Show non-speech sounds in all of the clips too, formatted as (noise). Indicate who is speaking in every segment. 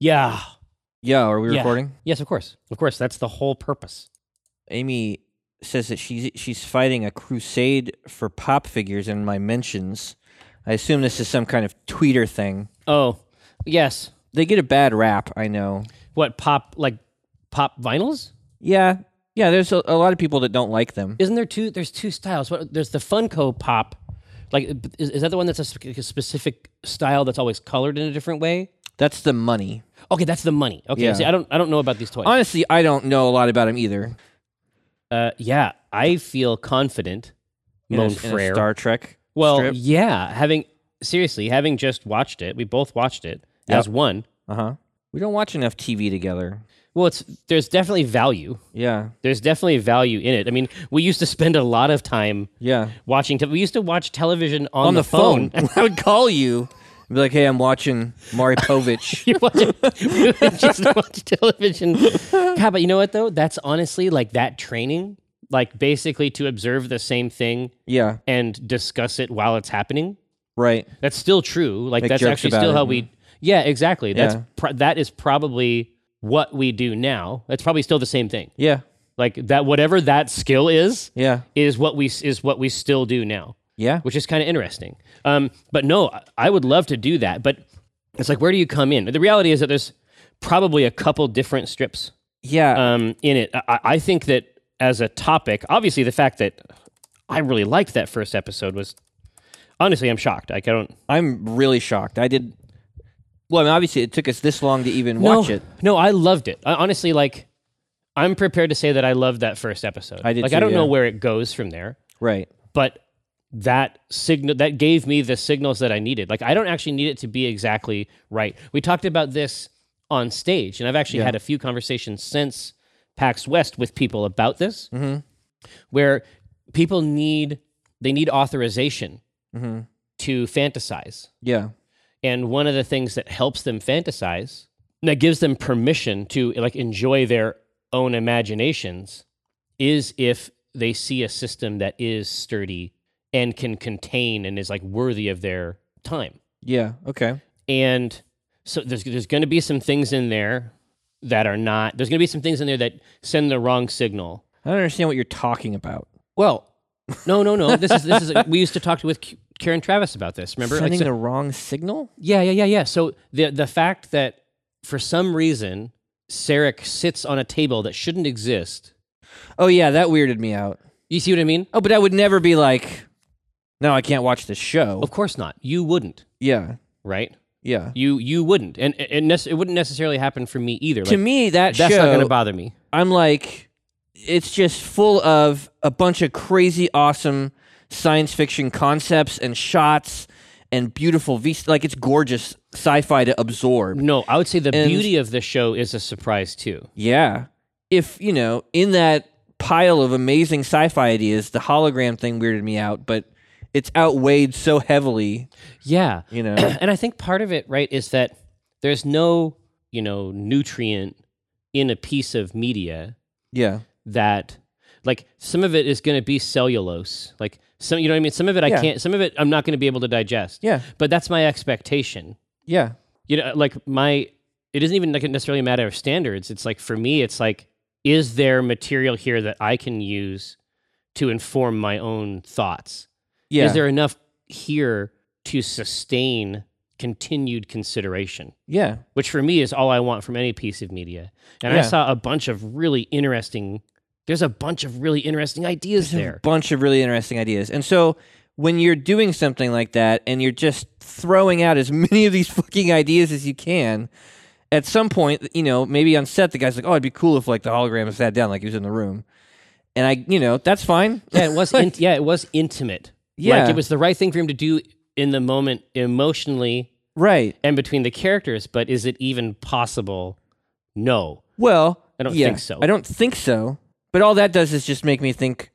Speaker 1: Yeah.
Speaker 2: Yeah, are we
Speaker 1: Yeah.
Speaker 2: recording?
Speaker 1: Yes, of course. Of course. That's the whole purpose.
Speaker 2: Amy says that she's she's fighting a crusade for pop figures in my mentions. I assume this is some kind of tweeter thing.
Speaker 1: Oh, yes.
Speaker 2: They get a bad rap, I know.
Speaker 1: What pop like pop vinyls?
Speaker 2: Yeah. Yeah, there's a, a lot of people that don't like them.
Speaker 1: Isn't there two? There's two styles. What, there's the Funko Pop. Like, is, is that the one that's a, sp- a specific style that's always colored in a different way?
Speaker 2: That's the money.
Speaker 1: Okay, that's the money. Okay,
Speaker 2: Yeah.
Speaker 1: see, I don't, I don't know about these toys.
Speaker 2: Honestly, I don't know a lot about them either.
Speaker 1: Uh, yeah, I feel confident.
Speaker 2: In a-
Speaker 1: Mon
Speaker 2: in a
Speaker 1: frere.
Speaker 2: Star Trek.
Speaker 1: Well,
Speaker 2: strip.
Speaker 1: yeah. Having seriously, having just watched it, we both watched it
Speaker 2: Yep.
Speaker 1: as one.
Speaker 2: Uh-huh. We don't watch enough TV together.
Speaker 1: Well, it's there's definitely value.
Speaker 2: Yeah.
Speaker 1: There's definitely value in it. I mean, we used to spend a lot of time
Speaker 2: Yeah.
Speaker 1: watching. Te- we used to watch television on,
Speaker 2: On the, phone. (laughs) I would call you and be like, "Hey, I'm watching Mari
Speaker 1: (laughs)
Speaker 2: Povich."
Speaker 1: You watch, (laughs) we would just watch television. God, but you know what though? That's honestly like that training, like basically to observe the same thing
Speaker 2: yeah.
Speaker 1: and discuss it while it's happening.
Speaker 2: Right.
Speaker 1: That's still true. Like
Speaker 2: Make
Speaker 1: that's
Speaker 2: jokes
Speaker 1: actually
Speaker 2: about
Speaker 1: still
Speaker 2: it,
Speaker 1: how
Speaker 2: mm.
Speaker 1: we. Yeah, exactly. That's
Speaker 2: Yeah.
Speaker 1: Pr- that is probably what we do now. That's probably still the same thing.
Speaker 2: Yeah.
Speaker 1: Like that, whatever that skill is,
Speaker 2: Yeah.
Speaker 1: is what we s- is what we still do now,
Speaker 2: Yeah.
Speaker 1: which is kind of interesting. Um, but no, I- I would love to do that. But it's like, where do you come in? The reality is that there's probably a couple different strips
Speaker 2: Yeah.
Speaker 1: um, in it. I- I, I think that as a topic, obviously, the fact that I really liked that first episode was honestly, I'm shocked. Like, I don't.
Speaker 2: I'm really shocked. I did. Well, I mean, obviously, it took us this long to even watch
Speaker 1: no,
Speaker 2: it.
Speaker 1: No, I loved it. I, honestly, like, I'm prepared to say that I loved that first episode.
Speaker 2: I did
Speaker 1: Like,
Speaker 2: too,
Speaker 1: I don't know
Speaker 2: yeah.
Speaker 1: where it goes from there,
Speaker 2: Right.
Speaker 1: but that signal that gave me the signals that I needed. Like, I don't actually need it to be exactly right. We talked about this on stage, and I've actually had a few conversations since PAX West with people about this, where people need they need authorization to fantasize.
Speaker 2: Yeah.
Speaker 1: And one of the things that helps them fantasize, that gives them permission to like enjoy their own imaginations, is if they see a system that is sturdy and can contain and is like worthy of their time.
Speaker 2: Yeah. Okay.
Speaker 1: And so there's there's going to be some things in there that are not. There's going to be some things in there that send the wrong signal.
Speaker 2: I don't understand what you're talking about.
Speaker 1: Well, no, no, no. This is this is. We used to talk to with Karen Travis about this. Remember,
Speaker 2: Sending
Speaker 1: so-
Speaker 2: the wrong signal?
Speaker 1: Yeah, yeah, yeah, yeah. So the the fact that for some reason Sarek sits on a table that shouldn't exist.
Speaker 2: Oh, yeah. That weirded me out.
Speaker 1: You see what I mean?
Speaker 2: Oh, but I would never be like, no, I can't watch this show.
Speaker 1: Of course not. You wouldn't,
Speaker 2: Yeah.
Speaker 1: right?
Speaker 2: Yeah.
Speaker 1: You you wouldn't, and and nece- it wouldn't necessarily happen for me either.
Speaker 2: to
Speaker 1: Like,
Speaker 2: me, that
Speaker 1: that's
Speaker 2: show,
Speaker 1: not going to bother me.
Speaker 2: I'm like, it's just full of a bunch of crazy, awesome science fiction concepts and shots and beautiful, v- like, it's gorgeous sci fi to absorb.
Speaker 1: No, I would say the
Speaker 2: And-
Speaker 1: beauty of the show is a surprise too.
Speaker 2: Yeah. If, you know, in that pile of amazing sci fi ideas, the hologram thing weirded me out, but it's outweighed so heavily,
Speaker 1: Yeah,
Speaker 2: you
Speaker 1: (clears throat)
Speaker 2: know.
Speaker 1: (coughs) and I think part of it, right, is that there's no you know nutrient in a piece of media
Speaker 2: yeah.
Speaker 1: that like some of it is going to be cellulose like some you know what i mean some of it i
Speaker 2: Yeah.
Speaker 1: can't some of it i'm not going to be able to digest
Speaker 2: Yeah.
Speaker 1: but that's my expectation
Speaker 2: Yeah.
Speaker 1: you know like my it isn't even like necessarily a matter of standards it's like for me it's like is there material here that i can use to inform my own thoughts
Speaker 2: Yeah.
Speaker 1: is there enough here to sustain continued consideration
Speaker 2: yeah.
Speaker 1: which for me is all I want from any piece of media. And I
Speaker 2: Yeah.
Speaker 1: saw a bunch of really interesting. There's a bunch of really interesting ideas
Speaker 2: A
Speaker 1: there.
Speaker 2: bunch of really interesting ideas. And so when you're doing something like that and you're just throwing out as (laughs) many of these fucking ideas as you can, at some point, you know, maybe on set, the guy's like, oh, it'd be cool if, like, the hologram sat down, like he was in the room. And I, you know, that's fine.
Speaker 1: Yeah, it was.
Speaker 2: (laughs)
Speaker 1: In, yeah, it was intimate.
Speaker 2: Yeah.
Speaker 1: like it was the right thing for him to do in the moment, emotionally,
Speaker 2: Right.
Speaker 1: and between the characters. But is it even possible? No.
Speaker 2: Well,
Speaker 1: I don't
Speaker 2: yeah,
Speaker 1: think so.
Speaker 2: I don't think so. But all that does is just make me think: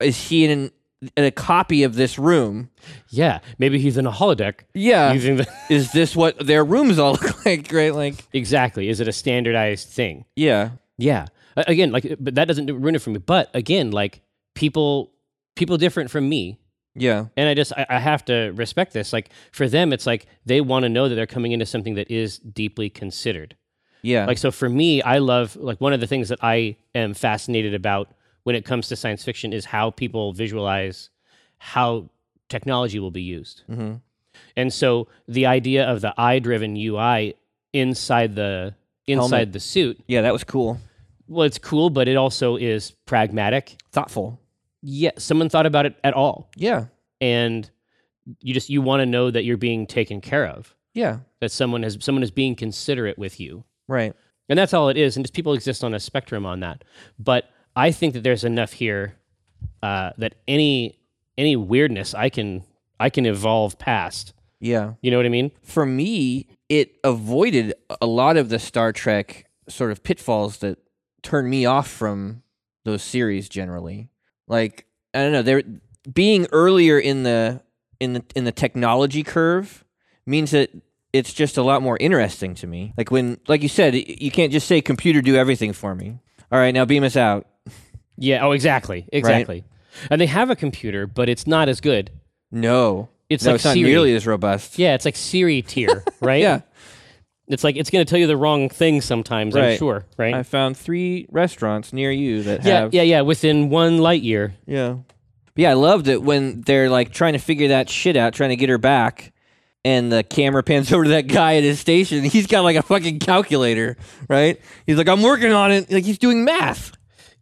Speaker 2: Is he in, in a copy of this room?
Speaker 1: Yeah, maybe he's in a holodeck
Speaker 2: Yeah.
Speaker 1: using the (laughs)
Speaker 2: Is this what their rooms all (laughs) look like? Right? Like,
Speaker 1: exactly. Is it a standardized thing?
Speaker 2: yeah,
Speaker 1: Yeah. A- Again, like, but that doesn't ruin it for me. But again, like people, people different from me.
Speaker 2: yeah,
Speaker 1: and I just I, I have to respect this. Like for them, it's like they want to know that they're coming into something that is deeply considered.
Speaker 2: Yeah.
Speaker 1: Like so for me, I love like one of the things that I am fascinated about when it comes to science fiction is how people visualize how technology will be used.
Speaker 2: hmm
Speaker 1: And so the idea of the eye-driven UI inside the inside
Speaker 2: Helmet.
Speaker 1: the suit,
Speaker 2: Yeah, that was cool.
Speaker 1: well it's cool, but it also is pragmatic.
Speaker 2: Thoughtful.
Speaker 1: Yeah, someone thought about it at all.
Speaker 2: Yeah.
Speaker 1: And you just you want to know that you're being taken care of.
Speaker 2: Yeah.
Speaker 1: That someone has someone is being considerate with you.
Speaker 2: Right.
Speaker 1: And that's all it is. And just people exist on a spectrum on that. But I think that there's enough here uh, that any any weirdness I can I can evolve past.
Speaker 2: Yeah.
Speaker 1: You know what I mean?
Speaker 2: For me, it avoided a lot of the Star Trek sort of pitfalls that turn me off from those series generally. Like I don't know, they're being earlier in the in the in the technology curve means that it's just a lot more interesting to me. Like when like you said, y- you can't just say computer do everything for me. All right, now beam us out.
Speaker 1: Yeah. Oh, exactly. Exactly. And they have a computer, but it's not as good.
Speaker 2: No.
Speaker 1: It's
Speaker 2: no,
Speaker 1: like
Speaker 2: it's not
Speaker 1: Siri.
Speaker 2: nearly as robust.
Speaker 1: Yeah, it's like Siri
Speaker 2: (laughs)
Speaker 1: tier, right?
Speaker 2: Yeah.
Speaker 1: It's like it's going to tell you the wrong thing sometimes. I'm
Speaker 2: Right.
Speaker 1: sure, right?
Speaker 2: I found three restaurants near you that
Speaker 1: yeah,
Speaker 2: have
Speaker 1: yeah, yeah. Within one light year.
Speaker 2: Yeah. Yeah, I loved it when they're like trying to figure that shit out, trying to get her back, and the camera pans (laughs) over to that guy at his station. He's got like a fucking calculator, right? He's like, I'm working on it. Like he's doing math.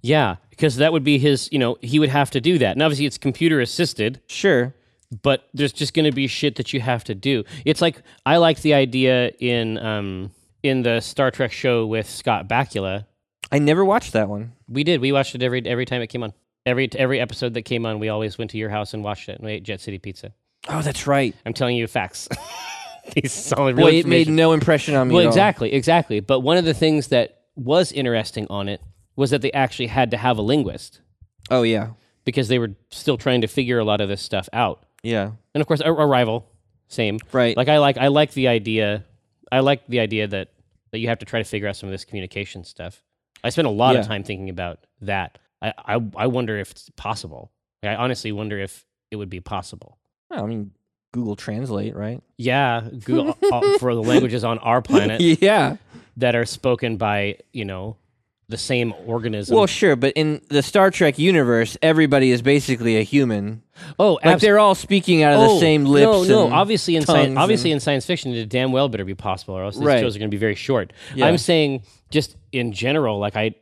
Speaker 1: Yeah, because that would be his. You know, he would have to do that. And obviously, it's computer assisted.
Speaker 2: Sure.
Speaker 1: but there's just going to be shit that you have to do. It's like I like the idea in um in the Star Trek show with Scott Bakula.
Speaker 2: I never watched that one.
Speaker 1: We did. We watched it every every time it came on. Every every episode that came on, we always went to your house and watched it, and we ate Jet City Pizza.
Speaker 2: Oh, that's right.
Speaker 1: I'm telling you facts. (laughs) These solid real
Speaker 2: Boy, it made
Speaker 1: information.
Speaker 2: no impression on me.
Speaker 1: well,
Speaker 2: at all.
Speaker 1: exactly, exactly. But one of the things that was interesting on it was that they actually had to have a linguist
Speaker 2: Oh yeah.
Speaker 1: because they were still trying to figure a lot of this stuff out.
Speaker 2: Yeah.
Speaker 1: And of course, Ar- Arrival, same.
Speaker 2: Right.
Speaker 1: like i like i like the idea i like the idea that that you have to try to figure out some of this communication stuff i spent a lot of
Speaker 2: Yeah.
Speaker 1: time thinking about that I, I i wonder if it's possible Like, i honestly wonder if it would be possible
Speaker 2: Well, I mean, Google Translate, right?
Speaker 1: yeah
Speaker 2: (laughs)
Speaker 1: google all- for the languages on our planet
Speaker 2: yeah.
Speaker 1: that are spoken by you know the same organism
Speaker 2: Well, sure, but in the Star Trek universe, everybody is basically a human.
Speaker 1: oh
Speaker 2: Like
Speaker 1: abs-
Speaker 2: they're all speaking out of
Speaker 1: oh,
Speaker 2: the same lips.
Speaker 1: No, no.
Speaker 2: and-
Speaker 1: obviously, in
Speaker 2: tongues
Speaker 1: science, obviously in science fiction, it damn well better be possible, or else these
Speaker 2: Right.
Speaker 1: shows are going to be very short.
Speaker 2: Yeah.
Speaker 1: I'm saying just in general, like I,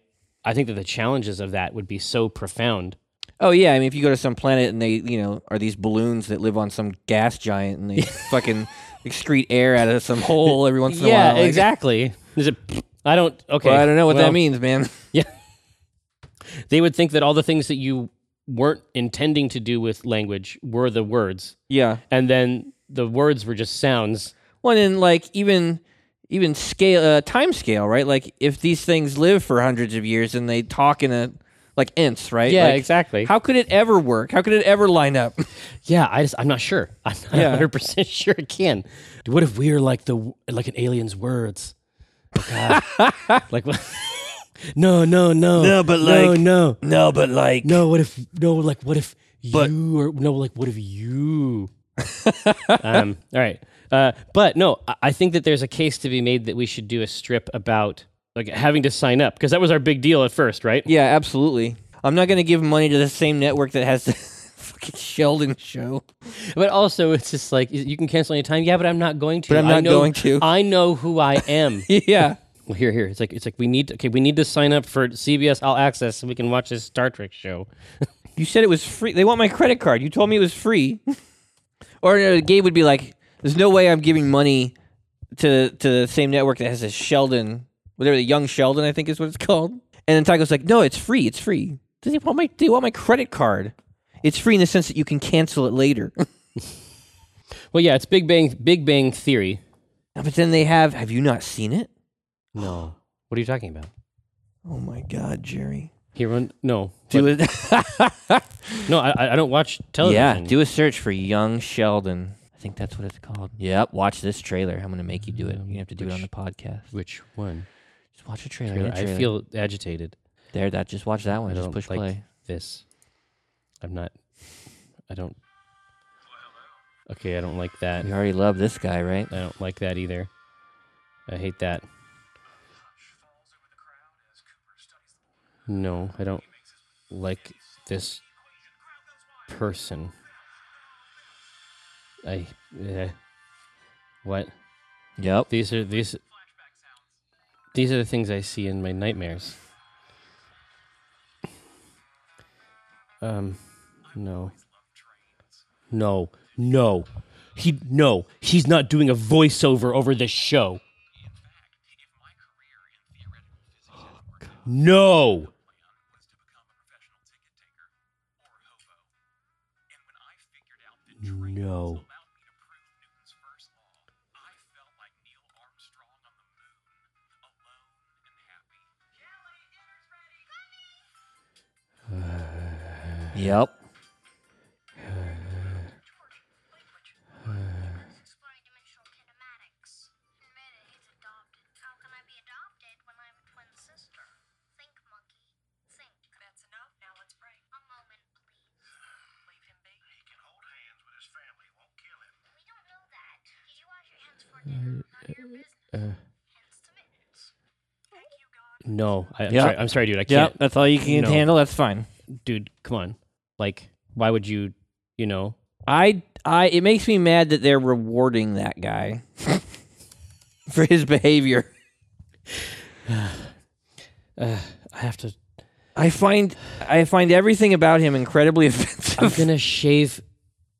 Speaker 1: I think that the challenges of that would be so profound.
Speaker 2: Oh yeah, I mean, if you go to some planet and they, you know, are these balloons that live on some gas giant and they (laughs) fucking excrete air out of some hole every once in a while. like-
Speaker 1: exactly. Is it? I don't. Okay,
Speaker 2: Well, I don't know what
Speaker 1: Well,
Speaker 2: that means, man.
Speaker 1: They would think that all the things that you weren't intending to do with language were the words,
Speaker 2: yeah.
Speaker 1: and then the words were just sounds.
Speaker 2: Well, and like even even scale uh, time scale, right? Like if these things live for hundreds of years and they talk in a like ints, right?
Speaker 1: Yeah,
Speaker 2: Like,
Speaker 1: exactly.
Speaker 2: How could it ever work? How could it ever line up?
Speaker 1: Yeah, I just I'm not sure. (laughs) I'm not
Speaker 2: Yeah.
Speaker 1: 100 percent sure it can. What if we're like the like an alien's words? Oh,
Speaker 2: (laughs)
Speaker 1: God. like what? (laughs) no, no, no,
Speaker 2: No, but
Speaker 1: no,
Speaker 2: like-
Speaker 1: no,
Speaker 2: (laughs) no, but like
Speaker 1: no. What if no? Like what if
Speaker 2: But-
Speaker 1: you or no? Like what if you? um. (laughs) All right. Uh. But no, I- I think that there's a case to be made that we should do a strip about like having to sign up because that was our big deal at first, right?
Speaker 2: Yeah, absolutely. I'm not going to give money to the same network that has the (laughs) fucking Sheldon show.
Speaker 1: But also, it's just like you can cancel anytime. Yeah, but I'm not going to.
Speaker 2: But I'm
Speaker 1: I
Speaker 2: not
Speaker 1: know-
Speaker 2: going to.
Speaker 1: I know who I am.
Speaker 2: (laughs)
Speaker 1: (laughs)
Speaker 2: yeah.
Speaker 1: well, here, here. It's like it's like we need. Okay, we need to sign up for CBS All Access so we can watch this Star Trek show.
Speaker 2: You said it was free. They want my credit card. You told me it was (laughs) free. or uh, Gabe would be like, "There's no way I'm giving money to to the same network that has a Sheldon, whatever the Young Sheldon, I think is what it's (laughs) called." And then Taco's like, "No, it's free. It's free. They want my they want my credit card. It's free in the sense that you can cancel it (laughs) later." No,
Speaker 1: Well, yeah, it's Big Bang Big Bang Theory.
Speaker 2: but then they have. Have you not seen it?
Speaker 1: No, (gasps) what are you talking about?
Speaker 2: Oh my God, Jerry.
Speaker 1: Here, run- no,
Speaker 2: Do (laughs) it.
Speaker 1: But- no. I- I I don't watch
Speaker 2: yeah,
Speaker 1: television.
Speaker 2: do a search for Young Sheldon. I think that's what it's called. Yep. Watch this trailer. I'm gonna make you do it. You're gonna have to do it on the podcast.
Speaker 1: Which one?
Speaker 2: Just watch a trailer.
Speaker 1: Here,
Speaker 2: hit
Speaker 1: I
Speaker 2: trailer.
Speaker 1: feel agitated.
Speaker 2: there. That just watch that one.
Speaker 1: I
Speaker 2: Just
Speaker 1: don't
Speaker 2: push
Speaker 1: like
Speaker 2: play.
Speaker 1: this. I'm not. I don't. Okay, I don't like that.
Speaker 2: We already love this guy, right?
Speaker 1: I don't like that either. I hate that. No, I don't like this person. I eh. what?
Speaker 2: Yep.
Speaker 1: These are these These are the things I see in my nightmares. Um no. No. No. He no, he's not doing a voiceover over this show. (gasps) No. No.
Speaker 2: Yep.
Speaker 3: exploring dimensional kinematics. Admit it, he's adopted. How can I be adopted when I'm a twin sister? Think, monkey. Think. That's enough. Now let's pray. A moment, please. Leave him be. He can hold hands with his family. Won't kill him. We don't know that. Did you wash your hands before dinner? None of your business. Hands to mittens. Thank you, God.
Speaker 1: No. I, am
Speaker 2: Yeah.
Speaker 1: sorry. I'm sorry, dude. I can't.
Speaker 2: Yep. That's all you can
Speaker 1: No.
Speaker 2: handle. That's fine.
Speaker 1: Dude, come on. Like, why would you, you know?
Speaker 2: I I it makes me mad that they're rewarding that guy (laughs) for his behavior.
Speaker 1: I have to.
Speaker 2: I find I find everything about him incredibly (laughs)
Speaker 1: I'm
Speaker 2: offensive.
Speaker 1: gonna shave,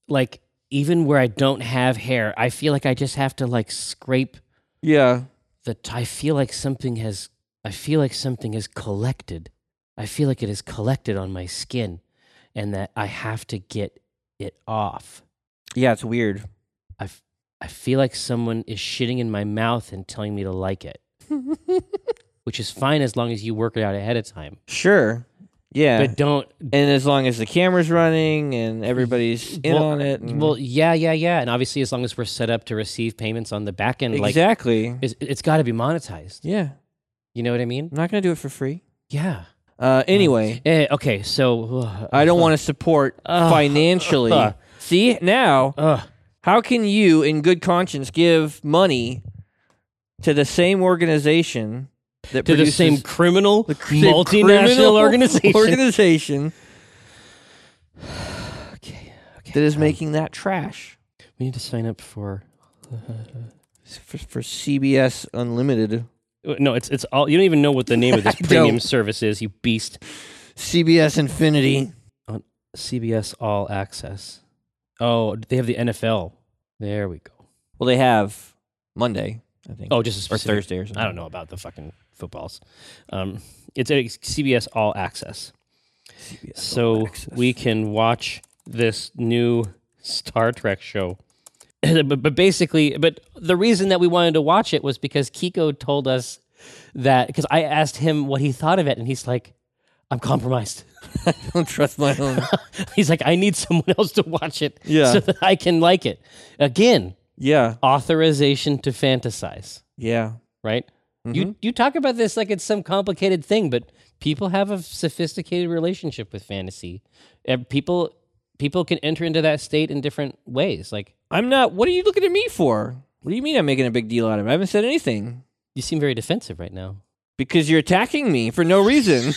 Speaker 1: like, even where I don't have hair. I feel like I just have to like scrape
Speaker 2: yeah.
Speaker 1: the. T- I feel like something has. I feel like something has collected. I feel like it has collected on my skin, and that I have to get it off.
Speaker 2: Yeah, it's weird.
Speaker 1: I. f- I feel like someone is shitting in my mouth and telling me to like (laughs) it, which is fine as long as you work it out ahead of time.
Speaker 2: Sure. Yeah.
Speaker 1: But don't
Speaker 2: and as long as the camera's running and everybody's in
Speaker 1: Well,
Speaker 2: on it. and-
Speaker 1: Well, yeah, yeah, yeah, and obviously, as long as we're set up to receive payments on the back end, like
Speaker 2: exactly.
Speaker 1: it's, it's got to be monetized.
Speaker 2: yeah.
Speaker 1: You know what I mean?
Speaker 2: I'm not going to do it for free.
Speaker 1: Yeah.
Speaker 2: Uh anyway,
Speaker 1: Eh, okay, so uh,
Speaker 2: I don't want to
Speaker 1: (laughs)
Speaker 2: support
Speaker 1: Ugh.
Speaker 2: financially.
Speaker 1: Ugh.
Speaker 2: See? Now,
Speaker 1: Ugh.
Speaker 2: how can you in good conscience give money to the same organization that
Speaker 1: to the
Speaker 2: produces
Speaker 1: same criminal
Speaker 2: same
Speaker 1: multinational
Speaker 2: criminal
Speaker 1: organization.
Speaker 2: (laughs) organization
Speaker 1: okay, okay.
Speaker 2: that is making that trash
Speaker 1: We need to sign up for. uh,
Speaker 2: for, for CBS Unlimited,
Speaker 1: No, it's it's all. You don't even know what the name
Speaker 2: (laughs)
Speaker 1: of this
Speaker 2: I
Speaker 1: premium
Speaker 2: don't.
Speaker 1: service is. You beast.
Speaker 2: CBS Infinity.
Speaker 1: CBS All Access. Oh, they have the NFL. There we go.
Speaker 2: Well, they have Monday, I think,
Speaker 1: Oh, just a
Speaker 2: or
Speaker 1: specific
Speaker 2: Thursday or something.
Speaker 1: I don't know about the fucking footballs. Um, it's a CBS All Access,
Speaker 2: CBS
Speaker 1: so
Speaker 2: All Access.
Speaker 1: we can watch this new Star Trek show. (clears throat) but, but basically, but the reason that we wanted to watch it was because Kiko told us that because I asked him what he thought of it, and he's like, "I'm compromised."
Speaker 2: (laughs)
Speaker 1: (laughs)
Speaker 2: don't trust my own.
Speaker 1: he's like, "I need someone (laughs) else to watch it
Speaker 2: Yeah.
Speaker 1: so that I can like it." Again,
Speaker 2: yeah,
Speaker 1: authorization to fantasize.
Speaker 2: yeah.
Speaker 1: right? You you talk about this like it's some complicated thing, but people have a sophisticated relationship with fantasy. And people people can enter into that state in different ways. Like
Speaker 2: I'm not. What are you looking at me for? What do you mean I'm making a big deal out of it? I haven't said anything
Speaker 1: you seem very defensive right now.
Speaker 2: because you're attacking me for
Speaker 1: (laughs)
Speaker 2: no reason.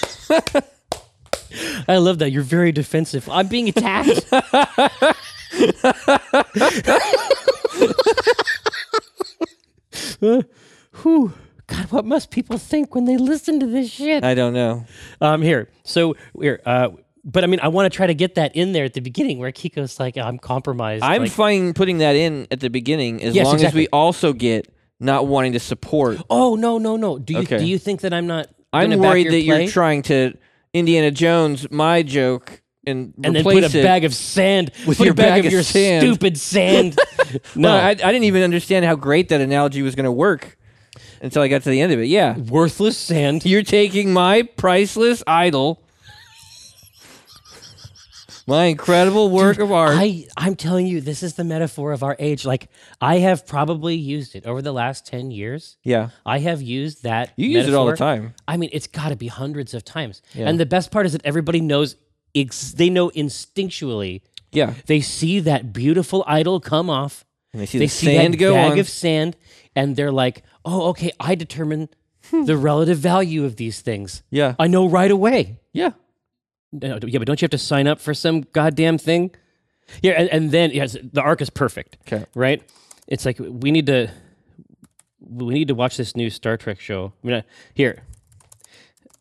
Speaker 1: I love that you're very defensive. I'm being (laughs) attacked. Whew. God, what must people think when they listen to this shit?
Speaker 2: I don't know.
Speaker 1: Um, here, so here, uh, but I mean, I want to try to get that in there at the beginning where Kiko's like, "I'm compromised."
Speaker 2: I'm
Speaker 1: like,
Speaker 2: fine putting that in at the beginning as
Speaker 1: Yes,
Speaker 2: long
Speaker 1: exactly.
Speaker 2: as we also get not wanting to support.
Speaker 1: oh no, no, no. Do you
Speaker 2: Okay.
Speaker 1: do you think that I'm not?
Speaker 2: I'm
Speaker 1: gonna back
Speaker 2: worried
Speaker 1: your
Speaker 2: that
Speaker 1: play?
Speaker 2: you're trying to Indiana Jones my joke and,
Speaker 1: and then put
Speaker 2: replace
Speaker 1: a
Speaker 2: it.
Speaker 1: bag of sand
Speaker 2: with
Speaker 1: put
Speaker 2: your
Speaker 1: a bag,
Speaker 2: bag
Speaker 1: of
Speaker 2: of
Speaker 1: your
Speaker 2: sand.
Speaker 1: stupid
Speaker 2: (laughs)
Speaker 1: sand. no,
Speaker 2: no, I, I didn't even understand how great that analogy was going to work until I got to the end of it. Yeah,
Speaker 1: worthless sand.
Speaker 2: you're taking my priceless idol, my incredible work of art.
Speaker 1: I I'm telling you, this is the metaphor of our age. Like I have probably used it over the last ten years.
Speaker 2: yeah,
Speaker 1: I have used that.
Speaker 2: you use it all the
Speaker 1: metaphor.
Speaker 2: time.
Speaker 1: I mean, it's got to be hundreds of times.
Speaker 2: Yeah.
Speaker 1: And the best part is that everybody knows, ex- they know instinctually.
Speaker 2: Yeah,
Speaker 1: They see that beautiful idol come off.
Speaker 2: and they see
Speaker 1: They
Speaker 2: the
Speaker 1: see
Speaker 2: sand
Speaker 1: that
Speaker 2: go
Speaker 1: bag
Speaker 2: on.
Speaker 1: of sand, and they're like, "Oh, okay, I determine
Speaker 2: Hmm.
Speaker 1: the relative value of these things.
Speaker 2: Yeah.
Speaker 1: I know right away.
Speaker 2: Uh, yeah.
Speaker 1: No, yeah, but don't you have to sign up for some goddamn thing? Yeah, and, and then yes, the arc is perfect.
Speaker 2: 'Kay.
Speaker 1: right? It's like we need to we need to watch this new Star Trek show. I mean, I, here,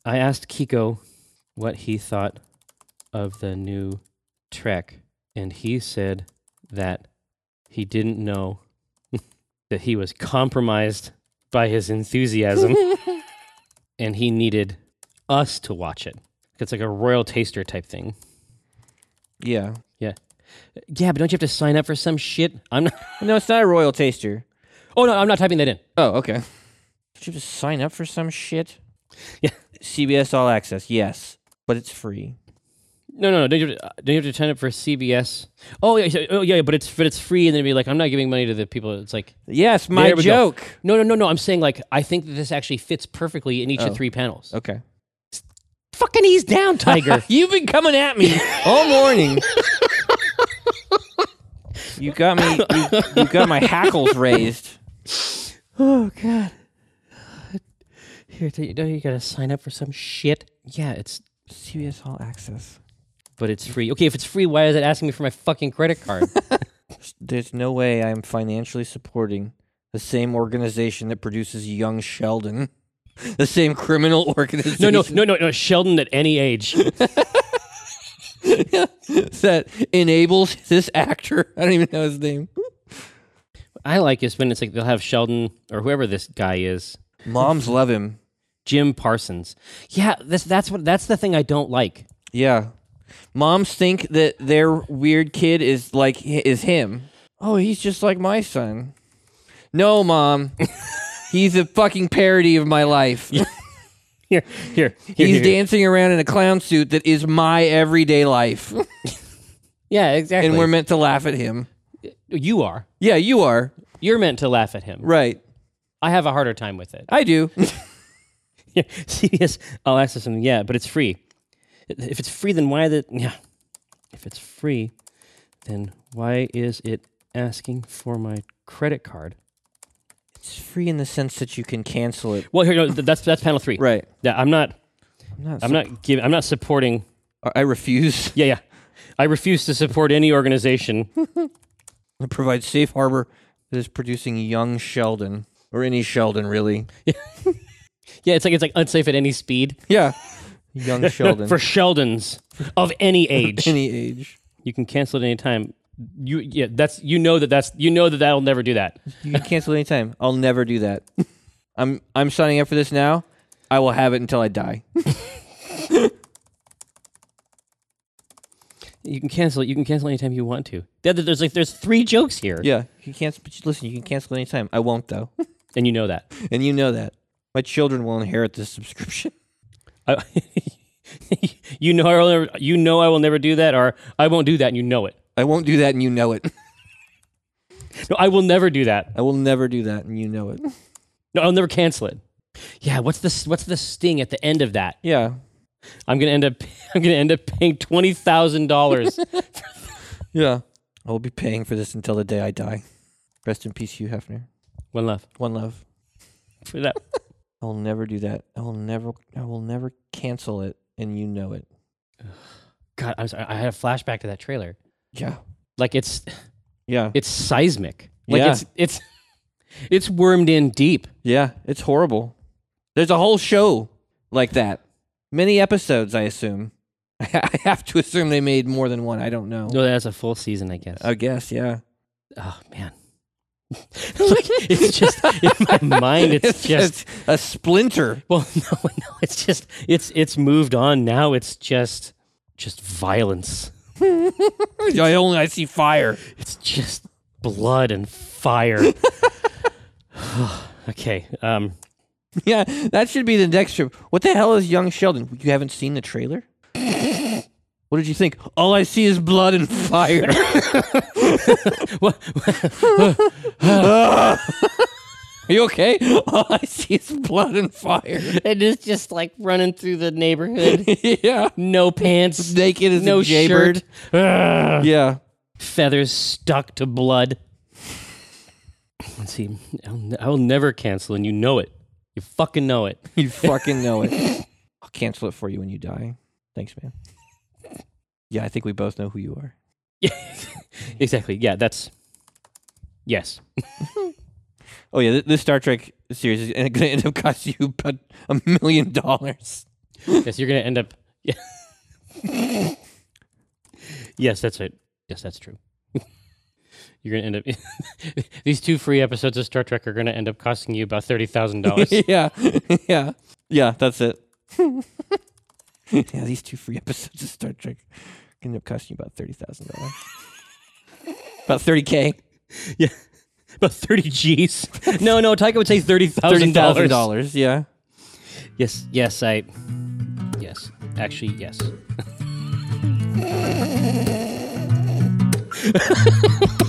Speaker 1: I asked Kiko what he thought of the new Trek, and he said that he didn't know (laughs) that he was compromised by his enthusiasm, and he needed us to watch it. It's like a royal taster type thing.
Speaker 2: Yeah.
Speaker 1: Yeah, but don't you have to sign up for some shit? I'm not. (laughs)
Speaker 2: No, it's not a royal taster.
Speaker 1: Oh no, I'm not typing that in.
Speaker 2: Oh, okay. Did you just sign up for some shit?
Speaker 1: Yeah.
Speaker 2: CBS All Access, yes, but it's free.
Speaker 1: No, no, no. Don't you have to, uh, don't you have to sign up for CBS? Oh yeah, so- oh yeah, but it's but it's free, and then it'd be like, I'm not giving money to the people. It's like,
Speaker 2: Yes, my
Speaker 1: There we go.
Speaker 2: joke.
Speaker 1: no, no, no, no. I'm saying like, I think that this actually fits perfectly in each
Speaker 2: Oh.
Speaker 1: of three panels.
Speaker 2: Okay.
Speaker 1: Fucking ease down, Tiger.
Speaker 2: Ah, You've been coming at me all morning. you got me. You, you got my hackles (laughs) raised.
Speaker 1: oh God. Here, don't you, don't you gotta sign up for some shit? Yeah, it's
Speaker 2: CBS All Access.
Speaker 1: but it's free. Okay, if it's free, why is it asking me for my fucking credit card?
Speaker 2: There's no way I'm financially supporting the same organization that produces Young Sheldon, (laughs) the same criminal (laughs)
Speaker 1: no,
Speaker 2: organization.
Speaker 1: no, no, no, no. Sheldon at any age.
Speaker 2: that enables (laughs) this actor. I don't even know his name.
Speaker 1: (laughs) I like is when it's like they'll have Sheldon or whoever this guy is
Speaker 2: Moms love him.
Speaker 1: Jim Parsons. Yeah, this that's what that's the thing I don't like.
Speaker 2: Yeah. Moms think that their weird kid is like hi- is him. Oh, he's just like my son. No, (laughs) mom. he's a fucking parody of my (laughs) life.
Speaker 1: Here, here, here,
Speaker 2: he's
Speaker 1: here, here.
Speaker 2: dancing around in a clown suit that is my everyday (laughs) life.
Speaker 1: Yeah, exactly.
Speaker 2: and we're meant to laugh at him.
Speaker 1: you are.
Speaker 2: Yeah, you are.
Speaker 1: You're meant to laugh at him.
Speaker 2: Right.
Speaker 1: I have a harder time with (laughs) it.
Speaker 2: I do. (laughs)
Speaker 1: CBS I'll access something. Yeah, but it's free. If it's free, then why the yeah? If it's free, then why is it asking for my credit card?
Speaker 2: it's free in the sense that you can cancel it.
Speaker 1: Well, here, no, th- that's that's panel three.
Speaker 2: Right.
Speaker 1: Yeah, I'm not.
Speaker 2: I'm not.
Speaker 1: I'm not giving. I'm not supporting.
Speaker 2: I refuse (laughs)
Speaker 1: Yeah, yeah. I refuse to support any organization.
Speaker 2: to provide safe harbor that is producing young Sheldon or any Sheldon really.
Speaker 1: Yeah, it's like it's like unsafe at any speed
Speaker 2: Yeah. (laughs) Young Sheldon.
Speaker 1: (laughs) for Sheldons of
Speaker 2: (laughs)
Speaker 1: any age.
Speaker 2: any age.
Speaker 1: you can cancel at any time. You yeah, that's you know that that's you know that that'll never do that.
Speaker 2: You can cancel any time. I'll never do that. (laughs) I'm I'm signing up for this now. I will have it until I die.
Speaker 1: You can cancel. You can cancel anytime you want to. The other- There's like there's three jokes here.
Speaker 2: (laughs) Yeah. You can cancel but you- listen, you can cancel any time. I won't though. (laughs)
Speaker 1: and you know that. (laughs)
Speaker 2: and you know that. My children will inherit this subscription. (laughs)
Speaker 1: I, Uh, (laughs) you know I will never, you know I will never do that, or I won't do that, and you know it.
Speaker 2: I won't do that and you know it. (laughs)
Speaker 1: No, I will never do that.
Speaker 2: I will never do that and you know it.
Speaker 1: No, I'll never cancel it. Yeah, what's the what's the sting at the end of that?
Speaker 2: Yeah.
Speaker 1: I'm gonna end up (laughs) I'm gonna end up paying twenty thousand (laughs) dollars.
Speaker 2: Yeah. I will be paying for this until the day I die. Rest in peace, Hugh Hefner.
Speaker 1: One love
Speaker 2: One love.
Speaker 1: for that.
Speaker 2: I will never do that. I will never I will never cancel it and you know it.
Speaker 1: God, I'm sorry. I had a flashback to that trailer.
Speaker 2: Yeah.
Speaker 1: Like it's
Speaker 2: Yeah.
Speaker 1: it's seismic. Like
Speaker 2: Yeah.
Speaker 1: it's it's it's wormed in deep.
Speaker 2: Yeah, it's horrible. There's a whole show like that. Many episodes, I assume. (laughs) I have to assume they made more than one. I don't know.
Speaker 1: No, that's a full season, I guess.
Speaker 2: I guess, yeah. (laughs)
Speaker 1: oh man, (laughs) Like, it's just in my mind. It's, just
Speaker 2: a splinter. (laughs)
Speaker 1: well, (laughs) no, no, it's just it's it's moved on now. It's just just violence.
Speaker 2: I only I see fire.
Speaker 1: It's just blood and fire. (laughs) (sighs) okay, um,
Speaker 2: Yeah, that should be the next show. What the hell is Young Sheldon? You haven't seen the trailer? what did you think? All I see is blood and
Speaker 1: (laughs)
Speaker 2: fire. (laughs)
Speaker 1: what,
Speaker 2: Are you okay? All I see is blood and fire. (laughs)
Speaker 1: it is just like running through the neighborhood,
Speaker 2: yeah.
Speaker 1: (laughs) no pants,
Speaker 2: Naked as
Speaker 1: no
Speaker 2: a jaybird.
Speaker 1: shirt, Ugh.
Speaker 2: Yeah.
Speaker 1: feathers stuck to blood. Let's see. I'll, ne- I will never cancel, and you know it. You fucking know (laughs) it.
Speaker 2: You fucking know it. I'll cancel it for you when you die. Thanks, man. Yeah, I think we both know who you are.
Speaker 1: Yeah, exactly. Yeah, that's yes.
Speaker 2: Oh yeah, th- this Star Trek series is going to end up (laughs) costing you about a million dollars.
Speaker 1: Yes, you're gonna end up. (laughs) Yeah. yes, that's it. Yes, that's true. (laughs) you're gonna end up. (laughs) These two free episodes of Star Trek are gonna end up costing you about thirty thousand dollars.
Speaker 2: (laughs) yeah, (laughs) yeah, yeah. That's (laughs) it. yeah, these two free episodes of Star Trek end up costing you about thirty thousand dollars. (laughs) about thirty k.
Speaker 1: yeah, (laughs) about thirty G's. (laughs) No, no, Taika would say thirty
Speaker 2: Thirty
Speaker 1: thousand
Speaker 2: thousand
Speaker 1: dollars.
Speaker 2: dollars. Yeah.
Speaker 1: Yes, yes, I. Yes, actually, yes.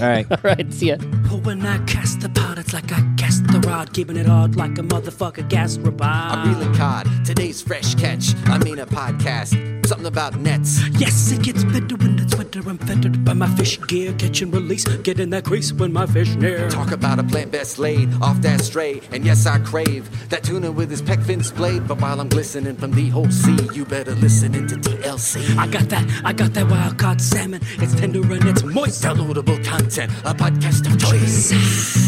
Speaker 2: All right.
Speaker 1: All right, see ya.
Speaker 4: But when I cast the pot, it's like I cast the rod, keeping it hard like a motherfucker gas robot.
Speaker 5: I'm reeling cod. Today's fresh catch. I mean a podcast. Something about nets.
Speaker 4: Yes, it gets better when it's winter. I'm fettered by my fish gear, catch and release, get in that crease when my fish near.
Speaker 5: Talk about a plant best laid off that stray. And yes, I crave that tuna with his peck fin splayed. But while I'm glistening from the whole sea, you better listen into TLC.
Speaker 4: I got that, I got that wild caught salmon. It's tender and it's moist.
Speaker 5: Downloadable content, a podcast of choice.